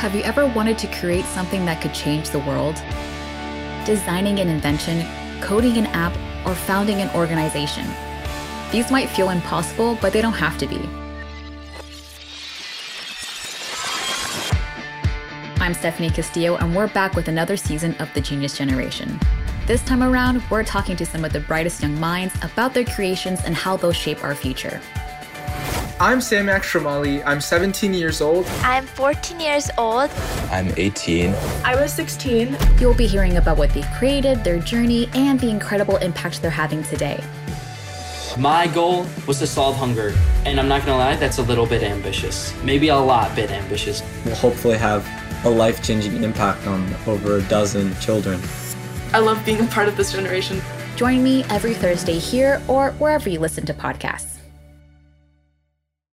Have you ever wanted to create something that could change the world? Designing an invention, coding an app, or founding an organization. These might feel impossible, but they don't have to be. I'm Stephanie Castillo, and we're back with another season of The Genius Generation. This time around, we're talking to some of the brightest young minds about their creations and how they'll shape our future. I'm Sam Akramali. I'm 17 years old. I'm 14 years old. I'm 18. I was 16. You'll be hearing about what they've created, their journey, and the incredible impact they're having today. My goal was to solve hunger, and I'm not gonna lie, that's a little bit ambitious. Maybe a lot bit ambitious. We'll hopefully have a life changing impact on over a dozen children. I love being a part of this generation. Join me every Thursday here or wherever you listen to podcasts.